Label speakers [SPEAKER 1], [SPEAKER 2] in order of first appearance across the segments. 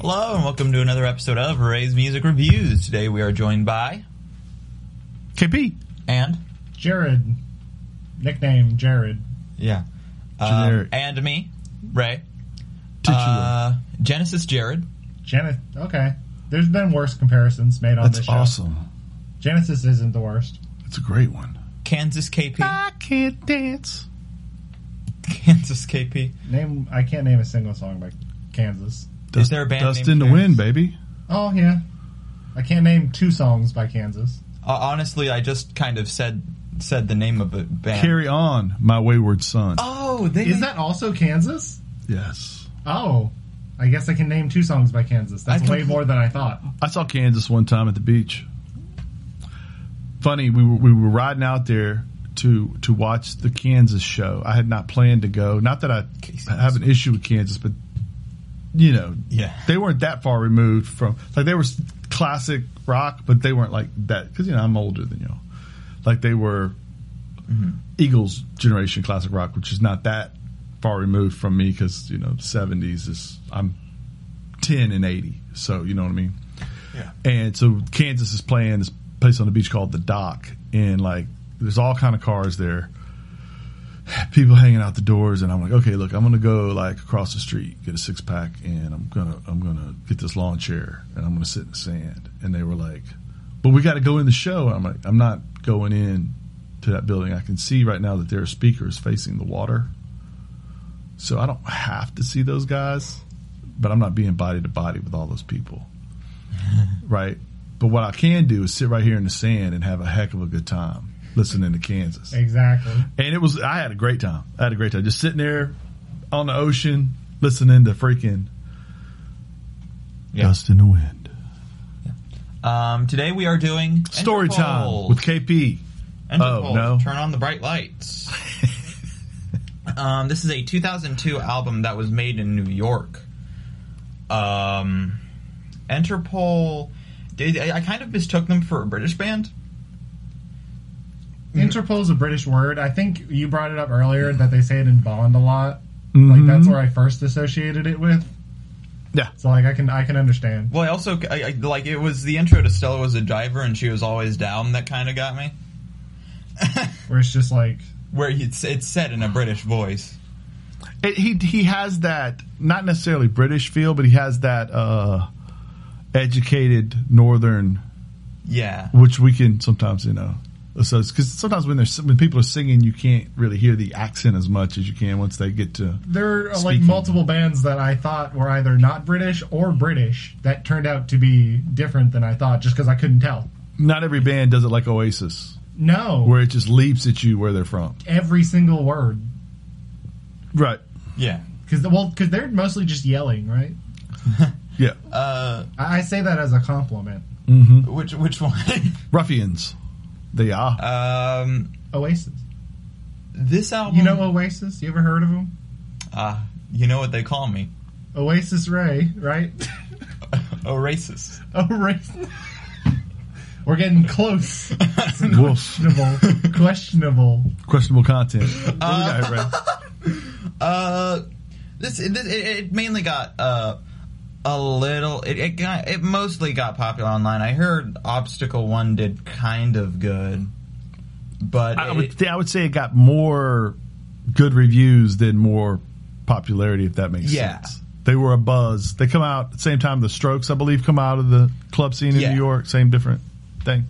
[SPEAKER 1] Hello and welcome to another episode of Ray's Music Reviews. Today we are joined by
[SPEAKER 2] KP.
[SPEAKER 1] and
[SPEAKER 3] Jared, nickname Jared.
[SPEAKER 1] yeah,
[SPEAKER 2] Generic.
[SPEAKER 1] Uh, and me, Ray.
[SPEAKER 2] Titular.
[SPEAKER 1] Uh, Genesis Jared.
[SPEAKER 3] Janet. Okay, there's been worse comparisons made on this
[SPEAKER 2] That's
[SPEAKER 3] show.
[SPEAKER 2] awesome.
[SPEAKER 3] Genesis isn't the worst.
[SPEAKER 2] That's a great one.
[SPEAKER 1] Kansas KP.
[SPEAKER 2] I can't dance.
[SPEAKER 1] Kansas KP.
[SPEAKER 3] Name I can't name a single song by Kansas.
[SPEAKER 1] Is there a band
[SPEAKER 2] Dust
[SPEAKER 1] named
[SPEAKER 2] in the
[SPEAKER 1] Kansas?
[SPEAKER 2] wind, baby.
[SPEAKER 3] Oh yeah, I can't name two songs by Kansas.
[SPEAKER 1] Uh, honestly, I just kind of said said the name of a band.
[SPEAKER 2] Carry on, my wayward son.
[SPEAKER 1] oh, they
[SPEAKER 3] Is that also Kansas?
[SPEAKER 2] Yes.
[SPEAKER 3] Oh, I guess I can name two songs by Kansas.
[SPEAKER 1] I
[SPEAKER 3] That's way
[SPEAKER 1] compl-
[SPEAKER 3] more than I thought.
[SPEAKER 2] I saw Kansas one time at the beach. Funny, we were, we were riding out there to to watch the Kansas show. I had not planned to go. Not that I
[SPEAKER 1] Kansas.
[SPEAKER 2] have an issue with Kansas, but you know,
[SPEAKER 1] Yeah.
[SPEAKER 2] they weren't that far removed from like they were s- classic rock, but they weren't like that because you know I'm older than y'all. Like they were
[SPEAKER 1] Mm-hmm.
[SPEAKER 2] Eagles generation classic rock, which is not that far removed from me because you know the '70s is I'm ten and eighty, so you know what I mean.
[SPEAKER 1] Yeah.
[SPEAKER 2] And so Kansas is playing this place on the beach called the Dock, and like there's all kind of cars there, people hanging out the doors, and I'm like, okay, look, I'm gonna go like across the street, get a six pack, and I'm gonna I'm gonna get this lawn chair, and I'm gonna sit in the sand. And they were like, but we got to go in the show. And I'm like, I'm not going in to that building. I can see right now that there are speakers facing the water, so I don't have to see those guys, but I'm not being body to body with all those people right? But what I can do is sit right here in the sand and have a heck of a good time listening to Kansas.
[SPEAKER 3] Exactly.
[SPEAKER 2] And it was, I had a great time. I had a great time just sitting there on the ocean listening to freaking
[SPEAKER 1] Yeah.
[SPEAKER 2] Dust in the Wind.
[SPEAKER 1] Um, today we are doing
[SPEAKER 2] Story time
[SPEAKER 1] Interpol.
[SPEAKER 2] with KP.
[SPEAKER 1] Interpol,
[SPEAKER 2] Oh, no.
[SPEAKER 1] Turn on the bright lights. um, this is a 2002 album that was made in New York. Um, Interpol. Did, I I kind of mistook them for a British band.
[SPEAKER 3] Interpol's a British word. I think you brought it up earlier that they say it in Bond a lot. Like
[SPEAKER 2] Mhm.
[SPEAKER 3] that's where I first associated it with.
[SPEAKER 2] Yeah.
[SPEAKER 3] So like I can I can understand.
[SPEAKER 1] Well, I also I, I, like it was the intro to Stella was a diver and she was always down. That kind of got me.
[SPEAKER 3] Where it's just like
[SPEAKER 1] Where it's it's said in a British voice.
[SPEAKER 2] It, he, he has that, not necessarily British feel, but he has that uh, educated northern
[SPEAKER 1] Yeah.
[SPEAKER 2] which we can sometimes, you know, associate because sometimes when they're when people are singing, you can't really hear the accent as much as you can once they get to.
[SPEAKER 3] there are like
[SPEAKER 2] Speaking.
[SPEAKER 3] multiple bands that I thought were either not British or British that turned out to be different than I thought just because I couldn't tell.
[SPEAKER 2] Not every band does it like Oasis,
[SPEAKER 3] No,
[SPEAKER 2] where it just leaps at you where they're from.
[SPEAKER 3] every single word
[SPEAKER 2] Right.
[SPEAKER 1] Yeah.
[SPEAKER 3] because the, well because they're mostly just yelling, right?
[SPEAKER 2] Yeah.
[SPEAKER 1] Uh,
[SPEAKER 3] I, I say that as a compliment.
[SPEAKER 2] Mm-hmm.
[SPEAKER 1] which which one?
[SPEAKER 2] Ruffians. They are.
[SPEAKER 1] um,
[SPEAKER 3] Oasis,
[SPEAKER 1] this album.
[SPEAKER 3] you know
[SPEAKER 2] Mm-hmm.
[SPEAKER 3] Oasis? You ever heard of them?
[SPEAKER 1] Uh, you know what they call me?
[SPEAKER 3] Oasis Ray, right?
[SPEAKER 1] A racist.
[SPEAKER 3] Oasis. We're getting close.
[SPEAKER 2] Wolf.
[SPEAKER 3] questionable. questionable.
[SPEAKER 2] Questionable content. What we got, Ray?
[SPEAKER 1] Uh, this it, it, it mainly got uh a little. It it got it mostly got popular online. I heard Obstacle One did kind of good, but
[SPEAKER 2] I
[SPEAKER 1] it-
[SPEAKER 2] would, I would say it got more good reviews than more popularity, if that makes
[SPEAKER 1] Yeah.
[SPEAKER 2] sense. They were a buzz. They come out at the same time the Strokes, I believe, come out of the club scene in
[SPEAKER 1] Yeah.
[SPEAKER 2] New York. Same different thing.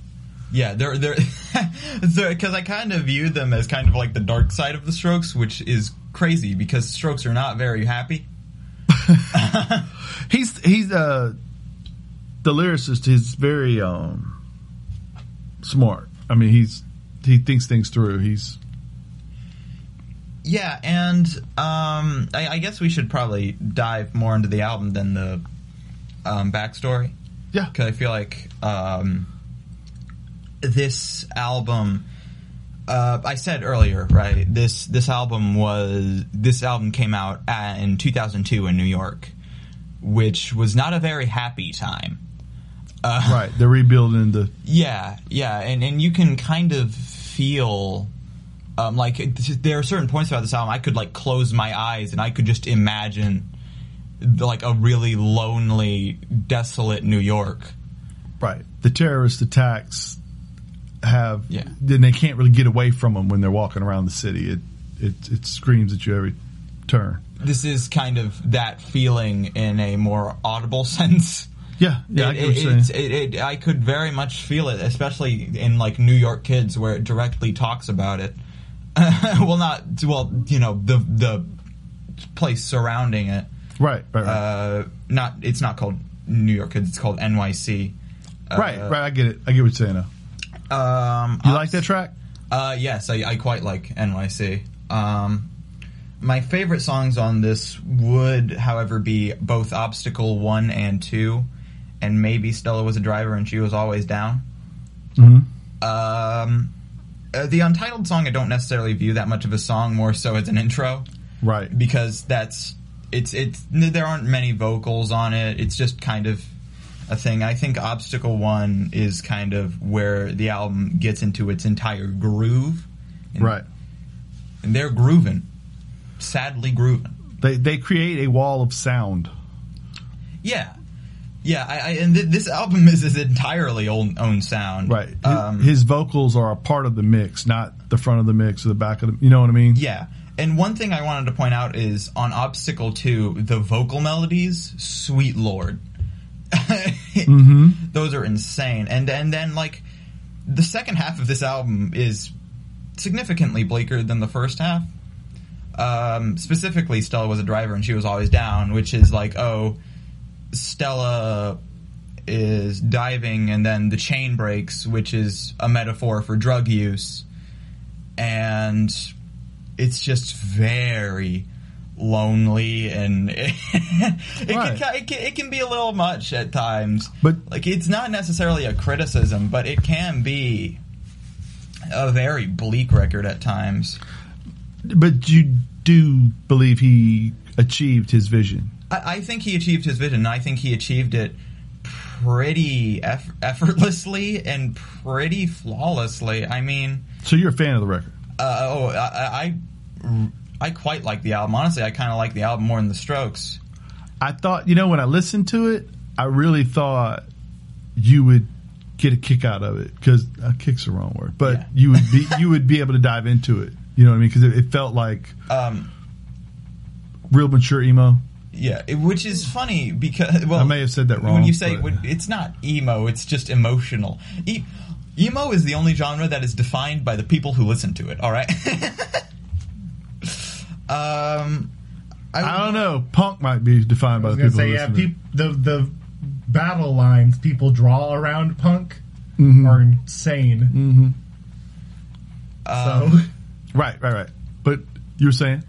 [SPEAKER 1] yeah, they're they're because I kind of viewed them as kind of like the dark side of the Strokes, which is crazy because Strokes are not very happy.
[SPEAKER 2] He's he's uh the lyricist is very um smart. I mean he's he thinks things through. He's
[SPEAKER 1] Yeah, and um, I, I guess we should probably dive more into the album than the um, backstory.
[SPEAKER 2] yeah.
[SPEAKER 1] because I feel like um, this album. Uh, I said earlier, right? This this album was this album came out uh in 2002 in New York, which was not a very happy time.
[SPEAKER 2] Right. They're rebuilding the
[SPEAKER 1] Yeah, yeah, and and you can kind of feel um, like it- there are certain points about this album I could like close my eyes and I could just imagine like a really lonely, desolate New York.
[SPEAKER 2] Right. The terrorist attacks have
[SPEAKER 1] Yeah.
[SPEAKER 2] then they can't really get away from them when they're walking around the city. It it it screams at you every turn.
[SPEAKER 1] This is kind of that feeling in a more audible sense.
[SPEAKER 2] Yeah, yeah, I
[SPEAKER 1] it,
[SPEAKER 2] get
[SPEAKER 1] it-
[SPEAKER 2] what you're saying.
[SPEAKER 1] it's- it- it- I could very much feel it, especially in like New York Kids, where it directly talks about it. well, not well, you know the the place surrounding it.
[SPEAKER 2] right, right, right.
[SPEAKER 1] Uh, not it's not called New York Kids; it's called NYC. Uh,
[SPEAKER 2] right, right. I get it. I get what you're saying. Now.
[SPEAKER 1] Um,
[SPEAKER 2] You
[SPEAKER 1] I-
[SPEAKER 2] like that track?
[SPEAKER 1] Uh, yes, I, I quite like NYC. Um, my favorite songs on this would, however, be both Obstacle 1 and 2, and maybe Stella was a driver and she was always down.
[SPEAKER 2] Mm-hmm.
[SPEAKER 1] Um, uh, the Untitled song, I don't necessarily view that much of a song, more so as an intro,
[SPEAKER 2] Right.
[SPEAKER 1] because that's. It's, it's, there aren't many vocals on it. It's just kind of a thing. I think Obstacle 1 is kind of where the album gets into its entire groove. And
[SPEAKER 2] Right.
[SPEAKER 1] and they're grooving, sadly grooving.
[SPEAKER 2] They they create a wall of sound.
[SPEAKER 1] Yeah, yeah. I, I and th- this album is his entirely own own sound.
[SPEAKER 2] Right. His,
[SPEAKER 1] Um,
[SPEAKER 2] his vocals are a part of the mix, not the front of the mix or the back of the. You know what I mean?
[SPEAKER 1] yeah. And one thing I wanted to point out is on Obstacle Two, the vocal melodies, sweet lord, those are insane. And and then like the second half of this album is significantly bleaker than the first half. Um, specifically, Stella was a driver and she was always down, which is like, oh, Stella is diving and then the chain breaks, which is a metaphor for drug use. And it's just very lonely and it,
[SPEAKER 2] Right.
[SPEAKER 1] can, it, can, it can be a little much at times.
[SPEAKER 2] But-
[SPEAKER 1] like it's not necessarily a criticism, but it can be a very bleak record at times.
[SPEAKER 2] But you do believe he achieved his vision.
[SPEAKER 1] I, I think he achieved his vision. and I think he achieved it pretty eff- effortlessly and pretty flawlessly. I mean,
[SPEAKER 2] So you're a fan of the record.
[SPEAKER 1] uh, oh, I, I, I quite like the album. Honestly, I kind of like the album more than the Strokes.
[SPEAKER 2] I thought, you know, when I listened to it, I really thought you would get a kick out of it because uh, "kick's the wrong word," but
[SPEAKER 1] Yeah.
[SPEAKER 2] you would be you would be able to dive into it. You know what I mean? Because it, it felt like
[SPEAKER 1] Um,
[SPEAKER 2] real mature emo.
[SPEAKER 1] yeah, it- which is funny because well,
[SPEAKER 2] I may have said that wrong,
[SPEAKER 1] When you say
[SPEAKER 2] but-
[SPEAKER 1] when, it's not emo, it's just emotional. E- emo is the only genre that is defined by the people who listen to it. All right. um,
[SPEAKER 2] I don't know. Punk might be defined by
[SPEAKER 3] I
[SPEAKER 2] the
[SPEAKER 3] was
[SPEAKER 2] people.
[SPEAKER 3] gonna say
[SPEAKER 2] who
[SPEAKER 3] yeah,
[SPEAKER 2] listen to it.
[SPEAKER 3] peop the the battle lines people draw around punk
[SPEAKER 2] Mm-hmm.
[SPEAKER 3] are insane. So
[SPEAKER 2] Right, right, right. But you were saying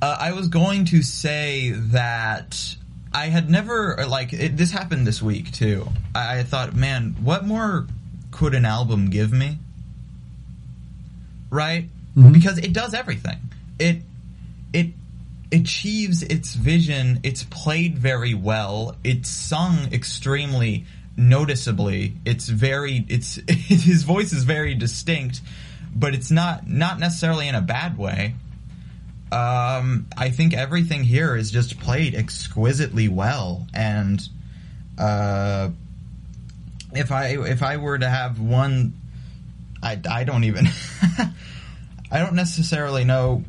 [SPEAKER 1] Uh, I was going to say that I had never or, like it, this happened this week too. I, I thought, man, what more could an album give me? Right, because it does everything. It it achieves its vision. It's played very well. It's sung extremely noticeably. It's very it's his voice is very distinct, but it's not not necessarily in a bad way. Um, I think everything here is just played exquisitely well, and uh, if I if I were to have one, I, I don't even I don't necessarily know.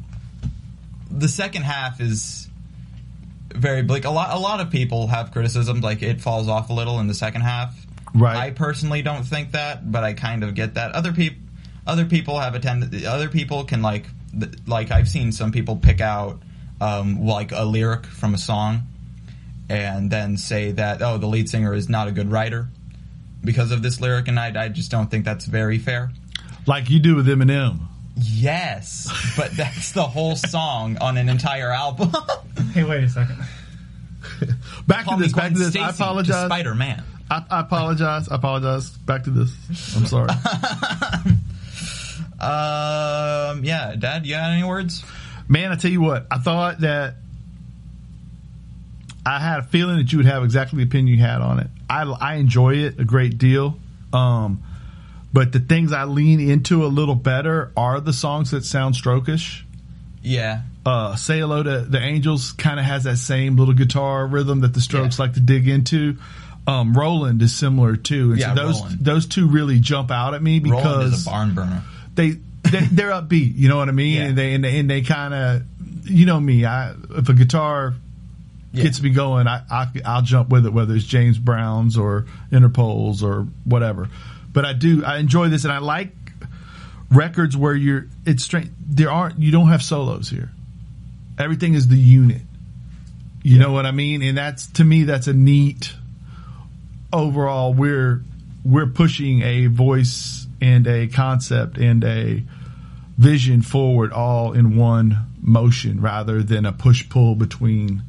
[SPEAKER 1] The second half is very bleak. A lot a lot of people have criticisms like it falls off a little in the second half.
[SPEAKER 2] Right.
[SPEAKER 1] I personally don't think that, but I kind of get that. Other people, other people have a tend- Other people can like, th- like I've seen some people pick out um, like a lyric from a song, and then say that oh the lead singer is not a good writer because of this lyric, and I, I just don't think that's very fair.
[SPEAKER 2] like you do with Eminem.
[SPEAKER 1] Yes, but that's the whole song on an entire album.
[SPEAKER 3] hey, wait a second.
[SPEAKER 2] Back
[SPEAKER 1] Call
[SPEAKER 2] to
[SPEAKER 1] me
[SPEAKER 2] this. Back
[SPEAKER 1] Gwen
[SPEAKER 2] to this.
[SPEAKER 1] Stacy
[SPEAKER 2] I
[SPEAKER 1] to
[SPEAKER 2] apologize.
[SPEAKER 1] Spider Man.
[SPEAKER 2] I, I apologize. I apologize. Back to this. I'm sorry.
[SPEAKER 1] Um, yeah, Dad, you got any words?
[SPEAKER 2] Man, I tell you what, I thought that I had a feeling that you would have exactly the opinion you had on it. I, I enjoy it a great deal. Um, but the things I lean into a little better are the songs that sound strokish.
[SPEAKER 1] Yeah,
[SPEAKER 2] uh, "Say Hello to the Angels" kind of has that same little guitar rhythm that the Strokes like to dig into. Um, Roland is similar too, and
[SPEAKER 1] Yeah,
[SPEAKER 2] so those
[SPEAKER 1] Roland.
[SPEAKER 2] those two really jump out at me because
[SPEAKER 1] Roland is a barn burner.
[SPEAKER 2] they, they they're upbeat. You know what I mean?
[SPEAKER 1] Yeah.
[SPEAKER 2] And they and they, and they kind of you know me. I if a guitar
[SPEAKER 1] Yeah.
[SPEAKER 2] gets me going, I, I I'll jump with it, whether it's James Brown's or Interpol's or whatever. But I do I enjoy this, and I like records where you're it's straight. There aren't you don't have solos here. Everything is the unit. You know what I mean? And that's to me that's a neat overall we're we're pushing a voice and a concept and a vision forward all in one motion rather than a push pull between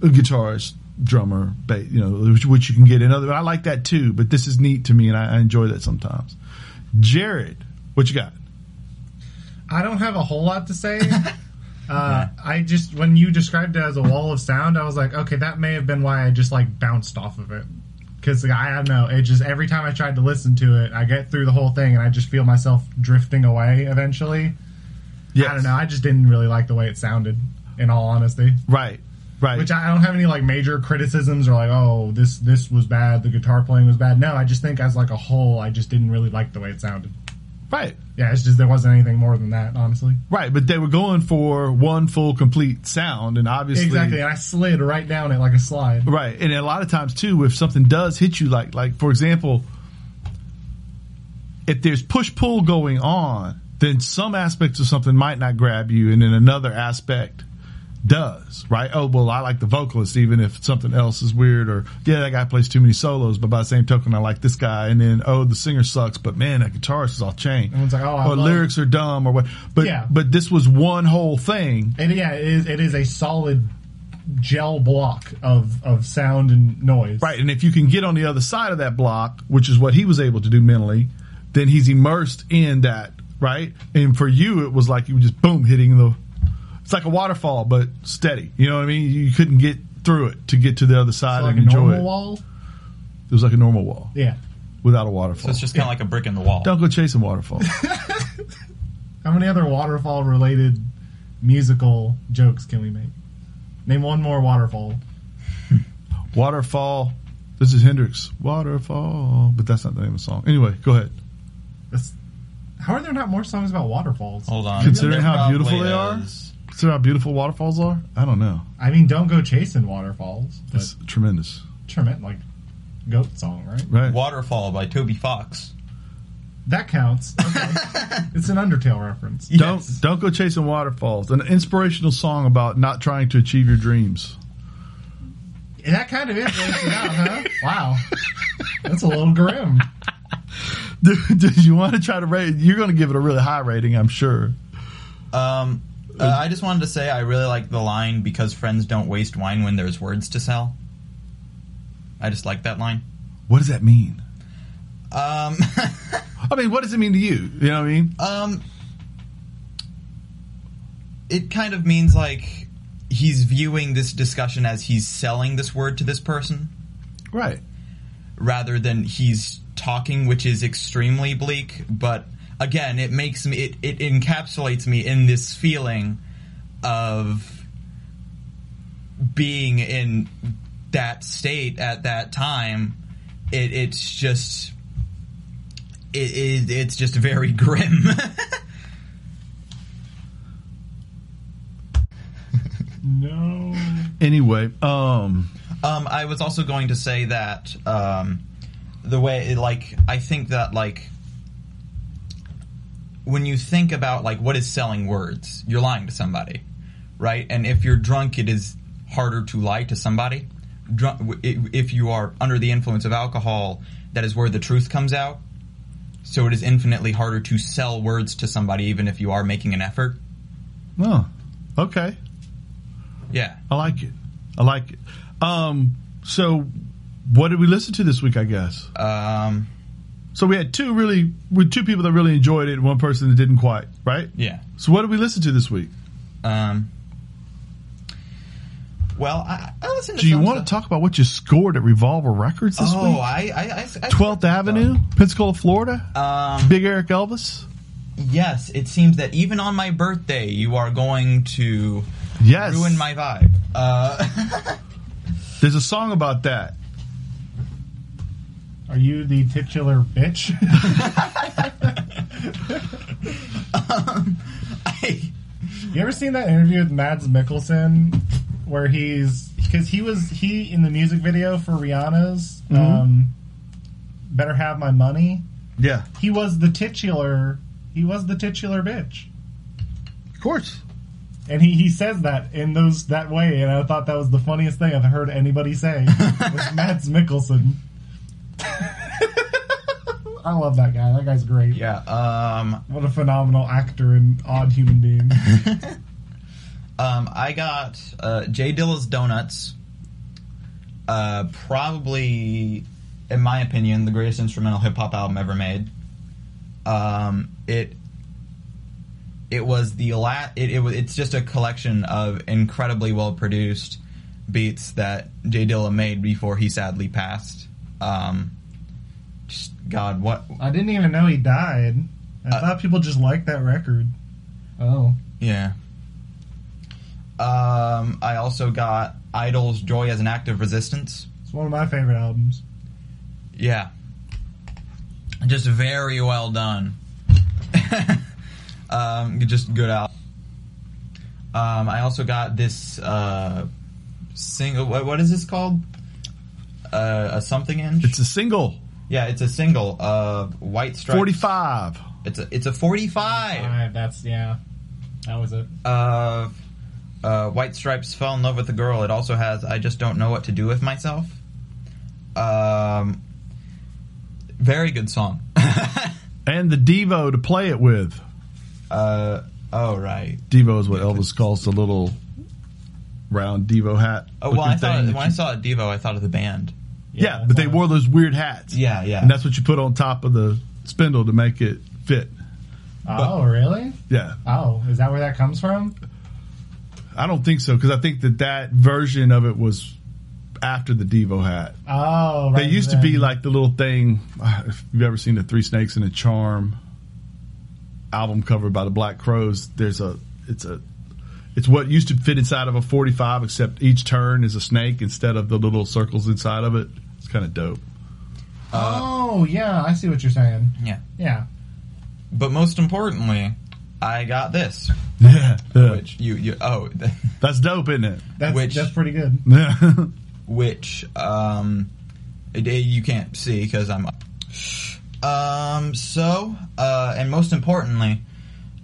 [SPEAKER 2] a guitarist drummer ba you know which, which you can get in other i like that too but this is neat to me and I, I enjoy that sometimes jared what you got
[SPEAKER 3] I don't have a whole lot to say. uh, I just when you described it as a wall of sound, I was like, okay, that may have been why I just like bounced off of it. Because I don't know, it just every time I tried to listen to it, I get through the whole thing and I just feel myself drifting away eventually.
[SPEAKER 2] Yes.
[SPEAKER 3] I don't know, I just didn't really like the way it sounded. In all honesty,
[SPEAKER 2] right right
[SPEAKER 3] which I I don't have any like major criticisms or like, oh, this this was bad, the guitar playing was bad. No, I just think as like a whole, I just didn't really like the way it sounded.
[SPEAKER 2] right
[SPEAKER 3] Yeah, it's just there wasn't anything more than that, honestly.
[SPEAKER 2] right but they were going for one full complete sound and obviously
[SPEAKER 3] Exactly, and I slid right down it like a slide.
[SPEAKER 2] Right, and a lot of times too, if something does hit you, like like for example, if there's push pull going on, then some aspects of something might not grab you, and then another aspect does. Right? Oh well, I like the vocalist, even if something else is weird, or yeah, that guy plays too many solos. But by the same token, I like this guy, and then oh, the singer sucks, but man, that guitarist is off chain.
[SPEAKER 3] Everyone's like, oh, I
[SPEAKER 2] or
[SPEAKER 3] love-
[SPEAKER 2] lyrics are dumb, or what? But
[SPEAKER 3] Yeah.
[SPEAKER 2] but this was one whole thing.
[SPEAKER 3] And yeah, it is it is a solid gel block of of sound and noise.
[SPEAKER 2] Right, and if you can get on the other side of that block, which is what he was able to do mentally, then he's immersed in that, right? And for you, it was like you were just boom hitting the. It's like a waterfall, but steady. You know what I mean? You couldn't get through it to get to the other side
[SPEAKER 3] So like a
[SPEAKER 2] and enjoy
[SPEAKER 3] normal
[SPEAKER 2] it.
[SPEAKER 3] wall.
[SPEAKER 2] It was like a normal wall
[SPEAKER 3] Yeah.
[SPEAKER 2] without a
[SPEAKER 1] So
[SPEAKER 2] waterfall.
[SPEAKER 1] it's just kind of like a brick in the wall.
[SPEAKER 2] Don't go chasing waterfall.
[SPEAKER 3] How many other waterfall related musical jokes can we make? Name one more waterfall.
[SPEAKER 2] waterfall. This is Hendrix. Waterfall, but that's not the name of the song. Anyway, go ahead.
[SPEAKER 3] That's, how are there not more songs about waterfalls?
[SPEAKER 1] Hold on. There
[SPEAKER 2] Considering how beautiful
[SPEAKER 1] probably
[SPEAKER 2] they are?
[SPEAKER 1] is.
[SPEAKER 2] See how beautiful waterfalls are? I don't know.
[SPEAKER 3] I mean, don't go chasing waterfalls. But
[SPEAKER 2] It's tremendous,
[SPEAKER 3] tremendous, like goat song, right?
[SPEAKER 2] right?
[SPEAKER 1] Waterfall by Toby Fox.
[SPEAKER 3] That counts. Okay. it's an Undertale reference.
[SPEAKER 2] Don't don't go chasing waterfalls. An inspirational song about not trying to achieve your dreams.
[SPEAKER 3] And that kind of influenced it out, huh? Wow. That's a little grim.
[SPEAKER 2] Dude, do you want to try to rate? You're going to give it a really high rating, I'm sure.
[SPEAKER 1] Um, uh, I just wanted to say I really like the line because friends don't waste wine when there's words to sell. I just like that line.
[SPEAKER 2] What does that mean?
[SPEAKER 1] Um,
[SPEAKER 2] I mean, what does it mean to you? You know what I mean?
[SPEAKER 1] um, it kind of means like he's viewing this discussion as he's selling this word to this person
[SPEAKER 2] Right.
[SPEAKER 1] rather than he's talking, which is extremely bleak. But again, it makes me it, it encapsulates me in this feeling of being in that state at that time. It, it's just it, it, it's just very grim.
[SPEAKER 3] No.
[SPEAKER 2] Anyway, um,
[SPEAKER 1] Um, I was also going to say that um, the way, like, I think that, like, when you think about like what is selling words, you're lying to somebody, right? And if you're drunk, it is harder to lie to somebody. Drunk, w- i- if you are under the influence of alcohol, that is where the truth comes out. So it is infinitely harder to sell words to somebody, even if you are making an effort.
[SPEAKER 2] oh, okay.
[SPEAKER 1] Yeah.
[SPEAKER 2] I like it. I like it. Um, so what did we listen to this week, I guess?
[SPEAKER 1] Um,
[SPEAKER 2] So we had two really, with two people that really enjoyed it and one person that didn't quite, right?
[SPEAKER 1] yeah.
[SPEAKER 2] So what did we listen to this week?
[SPEAKER 1] Um, well, I, I listen to.
[SPEAKER 2] Do you
[SPEAKER 1] some
[SPEAKER 2] want to
[SPEAKER 1] stuff-
[SPEAKER 2] talk about what you scored at Revolver Records this
[SPEAKER 1] Oh,
[SPEAKER 2] week?
[SPEAKER 1] I, I, I, I
[SPEAKER 2] 12th Avenue, Pensacola, Florida.
[SPEAKER 1] Um,
[SPEAKER 2] Big Eric Elvis.
[SPEAKER 1] yes, it seems that even on my birthday, you are going to
[SPEAKER 2] Yes.
[SPEAKER 1] ruin my vibe. Uh,
[SPEAKER 2] There's a song about that.
[SPEAKER 3] Are you the titular bitch?
[SPEAKER 1] I,
[SPEAKER 3] you ever seen that interview with Mads Mikkelsen where he's because he was he in the music video for Rihanna's um, "Better Have My Money."
[SPEAKER 2] Yeah.
[SPEAKER 3] He was the titular. He was the titular bitch,
[SPEAKER 2] Of course.
[SPEAKER 3] and he, he says that in those that way. And I thought that was the funniest thing I've heard anybody say. was Mads Mikkelsen. I love that guy. That guy's great.
[SPEAKER 1] yeah. Um,
[SPEAKER 3] What a phenomenal actor and odd human being.
[SPEAKER 1] um, I got uh, J Dilla's Donuts. Uh, probably, in my opinion, the greatest instrumental hip hop album ever made. Um, it it was the la- it, it wa- it's just a collection of incredibly well produced beats that Jay Dilla made before he sadly passed. Um, just God, what?
[SPEAKER 3] I didn't even know he died. I
[SPEAKER 1] Uh,
[SPEAKER 3] thought people just liked that record. Oh.
[SPEAKER 1] Yeah. Um, I also got Idol's Joy as an Act of Resistance.
[SPEAKER 3] It's one of my favorite albums.
[SPEAKER 1] Yeah. Just very well done. um, just good out. Um, I also got this uh, single. What, what is this called? Uh, a something inch.
[SPEAKER 2] It's a single.
[SPEAKER 1] yeah, it's a single. Uh, White Stripes.
[SPEAKER 2] 45.
[SPEAKER 1] It's a it's a forty-five.
[SPEAKER 3] that's, yeah. That was it.
[SPEAKER 1] Uh, uh, White Stripes fell in love with a girl. It also has I just don't know what to do with myself. Um, very good song.
[SPEAKER 2] And the Devo to play it with.
[SPEAKER 1] Uh, oh right.
[SPEAKER 2] Devo is what Elvis calls the little round Devo hat.
[SPEAKER 1] Oh well, I
[SPEAKER 2] looking
[SPEAKER 1] thought
[SPEAKER 2] thing
[SPEAKER 1] when
[SPEAKER 2] that
[SPEAKER 1] I
[SPEAKER 2] you-
[SPEAKER 1] saw it, Devo, I thought of the band.
[SPEAKER 2] yeah, but they wore those weird hats.
[SPEAKER 1] Yeah, yeah.
[SPEAKER 2] And that's what you put on top of the spindle to make it fit.
[SPEAKER 3] Oh, really?
[SPEAKER 2] Yeah.
[SPEAKER 3] Oh, is that where that comes from?
[SPEAKER 2] I don't think so because I think that that version of it was after the Devo hat.
[SPEAKER 3] Oh,
[SPEAKER 2] They
[SPEAKER 3] right.
[SPEAKER 2] used to be like the little thing. uh, If you've ever seen the Three Snakes and a Charm album cover by the Black Crows, there's a it's a it's what used to fit inside of a 45, except each turn is a snake instead of the little circles inside of it. It's kind of dope. uh,
[SPEAKER 3] oh, yeah, I see what you're saying.
[SPEAKER 1] Yeah.
[SPEAKER 3] Yeah.
[SPEAKER 1] But most importantly, I got this,
[SPEAKER 2] Yeah,
[SPEAKER 1] which you you oh,
[SPEAKER 2] that's dope, isn't it?
[SPEAKER 3] That's,
[SPEAKER 1] Which-
[SPEAKER 3] that's pretty good.
[SPEAKER 2] Yeah.
[SPEAKER 1] which um, it, it- you can't see because I'm. Um. So, uh, and most importantly,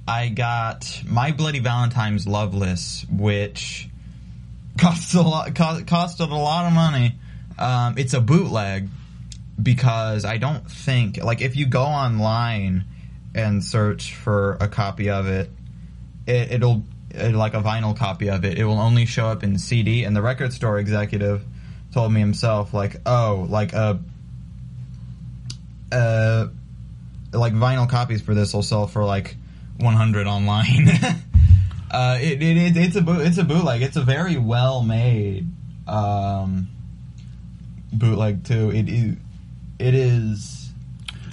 [SPEAKER 1] I got my bloody Valentine's love list, which cost a lot cost, costed a lot of money. Um, it's a bootleg because I don't think like if you go online and search for a copy of it, it it'll it, like a vinyl copy of it. It will only show up in CD. And the record store executive told me himself like, oh, like a uh, like vinyl copies for this will sell for like 100 online. uh, it, it, it it's a boot, it's a bootleg. It's a very well made um, bootleg too. It it, it is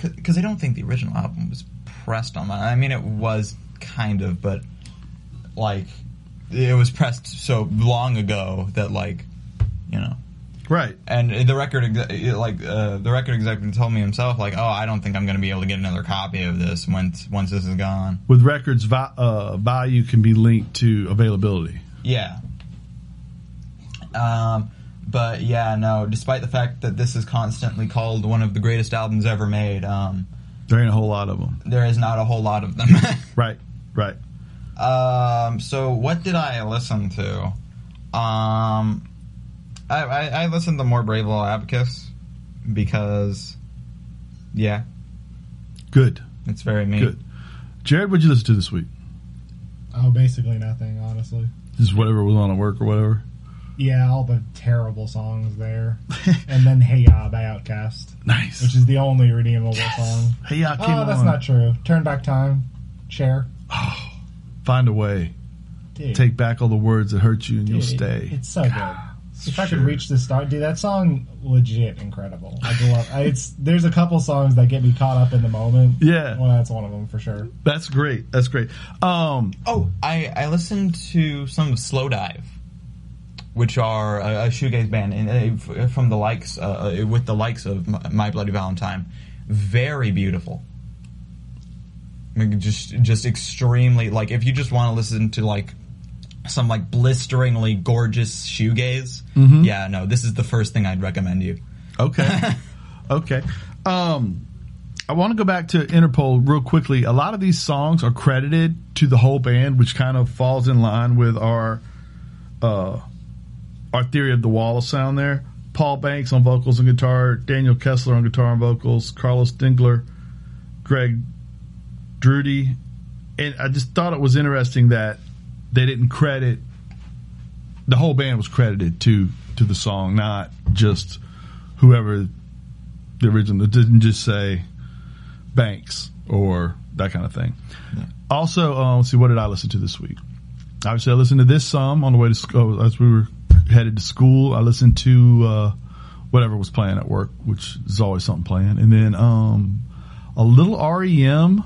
[SPEAKER 1] because I don't think the original album was pressed online. I mean, it was kind of, but like it was pressed so long ago that like you know
[SPEAKER 2] right.
[SPEAKER 1] and the record exe- like uh, the record executive told me himself like oh i don't think i'm going to be able to get another copy of this once once this is gone
[SPEAKER 2] With records, vi- uh, value can be linked to availability.
[SPEAKER 1] yeah um but yeah no despite the fact that this is constantly called one of the greatest albums ever made um
[SPEAKER 2] There ain't a whole lot of them.
[SPEAKER 1] there is not a whole lot of them
[SPEAKER 2] Right. Right.
[SPEAKER 1] um so what did i listen to um i i, I listened to more brave little abacus because yeah
[SPEAKER 2] Good.
[SPEAKER 1] it's very me
[SPEAKER 2] Good. Jared, what'd you listen to this week?
[SPEAKER 3] Oh, basically nothing, honestly.
[SPEAKER 2] Just whatever was on at work or whatever.
[SPEAKER 3] Yeah, all the terrible songs there. and then Hey Ya by Outkast,
[SPEAKER 2] Nice.
[SPEAKER 3] which is the only redeemable song.
[SPEAKER 2] um, Hey, yeah, I came
[SPEAKER 3] Oh, that's
[SPEAKER 2] on.
[SPEAKER 3] not true. Turn back time. Chair.
[SPEAKER 2] Find a way.
[SPEAKER 3] Dude.
[SPEAKER 2] Take back all the words that hurt you, and you'll
[SPEAKER 3] Dude,
[SPEAKER 2] stay.
[SPEAKER 3] It's so good. If I could reach this star, dude, that song legit incredible. I do love. I, it's there's a couple songs that get me caught up in the moment.
[SPEAKER 2] Yeah.
[SPEAKER 3] well, that's one of them for sure.
[SPEAKER 2] That's great. That's great. Um,
[SPEAKER 1] Oh, I, I listened to some of Slow Dive, which are a, a shoegaze band, and they- f- from the likes uh, with the likes of My- My Bloody Valentine, very beautiful. I mean, Just just extremely like if you just want to listen to like some like blisteringly gorgeous shoegaze,
[SPEAKER 2] Mm-hmm.
[SPEAKER 1] yeah, no, this is the first thing I'd recommend you.
[SPEAKER 2] okay. okay. Um, I want to go back to Interpol real quickly. A lot of these songs are credited to the whole band, which kind of falls in line with our uh, our theory of the wall of sound there. Paul Banks on vocals and guitar, Daniel Kessler on guitar and vocals, Carlos Dingler, Greg Drudy. And I just thought it was interesting that they didn't credit the whole band was credited to to the song, not just whoever the original it didn't just say Banks or that kind of thing. Also, um, let's see, what did I listen to this week? Obviously, I listened to this some on the way to school as we were headed to school. I listened to uh, whatever was playing at work, which is always something playing, and then um, a little REM,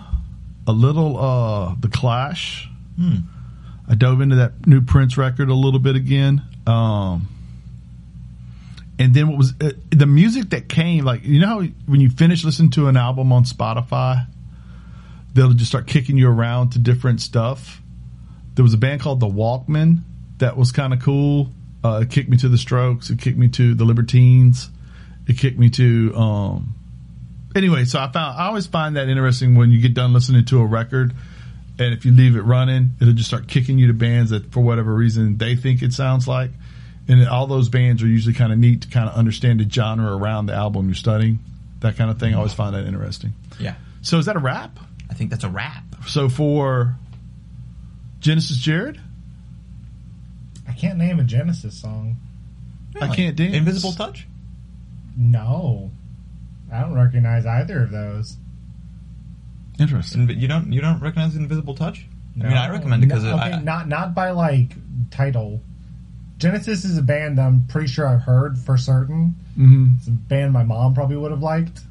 [SPEAKER 2] a little uh, The Clash. I dove into that new Prince record a little bit again. Um, and then what was uh, the music that came? Like you know, how when you finish listening to an album on Spotify, they'll just start kicking you around to different stuff. There was a band called The Walkmen that was kind of cool. Uh, it kicked me to The Strokes. It kicked me to The Libertines. It kicked me to. Um, anyway, so I found I always find that interesting when you get done listening to a record, and if you leave it running, it'll just start kicking you to bands that for whatever reason they think it sounds like. And then all those bands are usually kind of neat to kind of understand the genre around the album you're studying, that kind of thing. I always find that interesting.
[SPEAKER 1] Yeah,
[SPEAKER 2] So is that a wrap?
[SPEAKER 1] I think that's a wrap.
[SPEAKER 2] So for Genesis Jared,
[SPEAKER 3] I can't name a Genesis song.
[SPEAKER 2] I can't dance.
[SPEAKER 1] Invisible Touch.
[SPEAKER 3] No, I don't recognize either of those.
[SPEAKER 2] Interesting.
[SPEAKER 1] Invi- You don't you don't recognize Invisible Touch? I mean,
[SPEAKER 3] No.
[SPEAKER 1] I recommend it because
[SPEAKER 3] No, okay, not not by like title. Genesis is a band I'm pretty sure I've heard for certain.
[SPEAKER 2] hmm
[SPEAKER 3] It's a band my mom probably would have liked.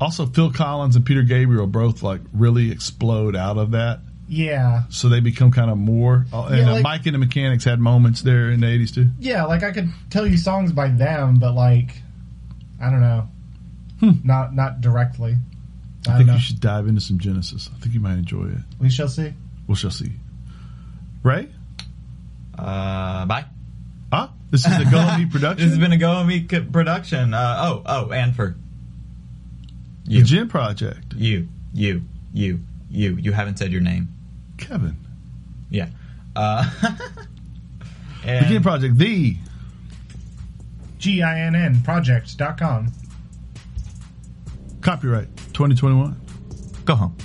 [SPEAKER 2] Also, Phil Collins and Peter Gabriel both like really explode out of that.
[SPEAKER 3] Yeah,
[SPEAKER 2] so they become kind of more. oh, And
[SPEAKER 3] Yeah,
[SPEAKER 2] uh,
[SPEAKER 3] like-
[SPEAKER 2] Mike and the Mechanics had moments there in the eighties too.
[SPEAKER 3] yeah. Like I could tell you songs by them, but like I don't know, not not directly. I,
[SPEAKER 2] Hmm. I
[SPEAKER 3] don't
[SPEAKER 2] think
[SPEAKER 3] know.
[SPEAKER 2] you should dive into some Genesis. I think you might enjoy it.
[SPEAKER 3] We shall see.
[SPEAKER 2] We shall see. Ray,
[SPEAKER 1] I uh, bye.
[SPEAKER 2] huh? This is a Gully
[SPEAKER 1] This has
[SPEAKER 2] production.
[SPEAKER 1] been a Go and Meet c- production. Uh, oh, oh, and for
[SPEAKER 2] the Jim Project.
[SPEAKER 1] you, you, you, you, you haven't said your name.
[SPEAKER 2] Kevin,
[SPEAKER 1] Yeah. Uh,
[SPEAKER 2] the
[SPEAKER 1] and
[SPEAKER 2] Jim Project. The
[SPEAKER 3] G I N N project.com.
[SPEAKER 2] copyright 2021.
[SPEAKER 1] go home.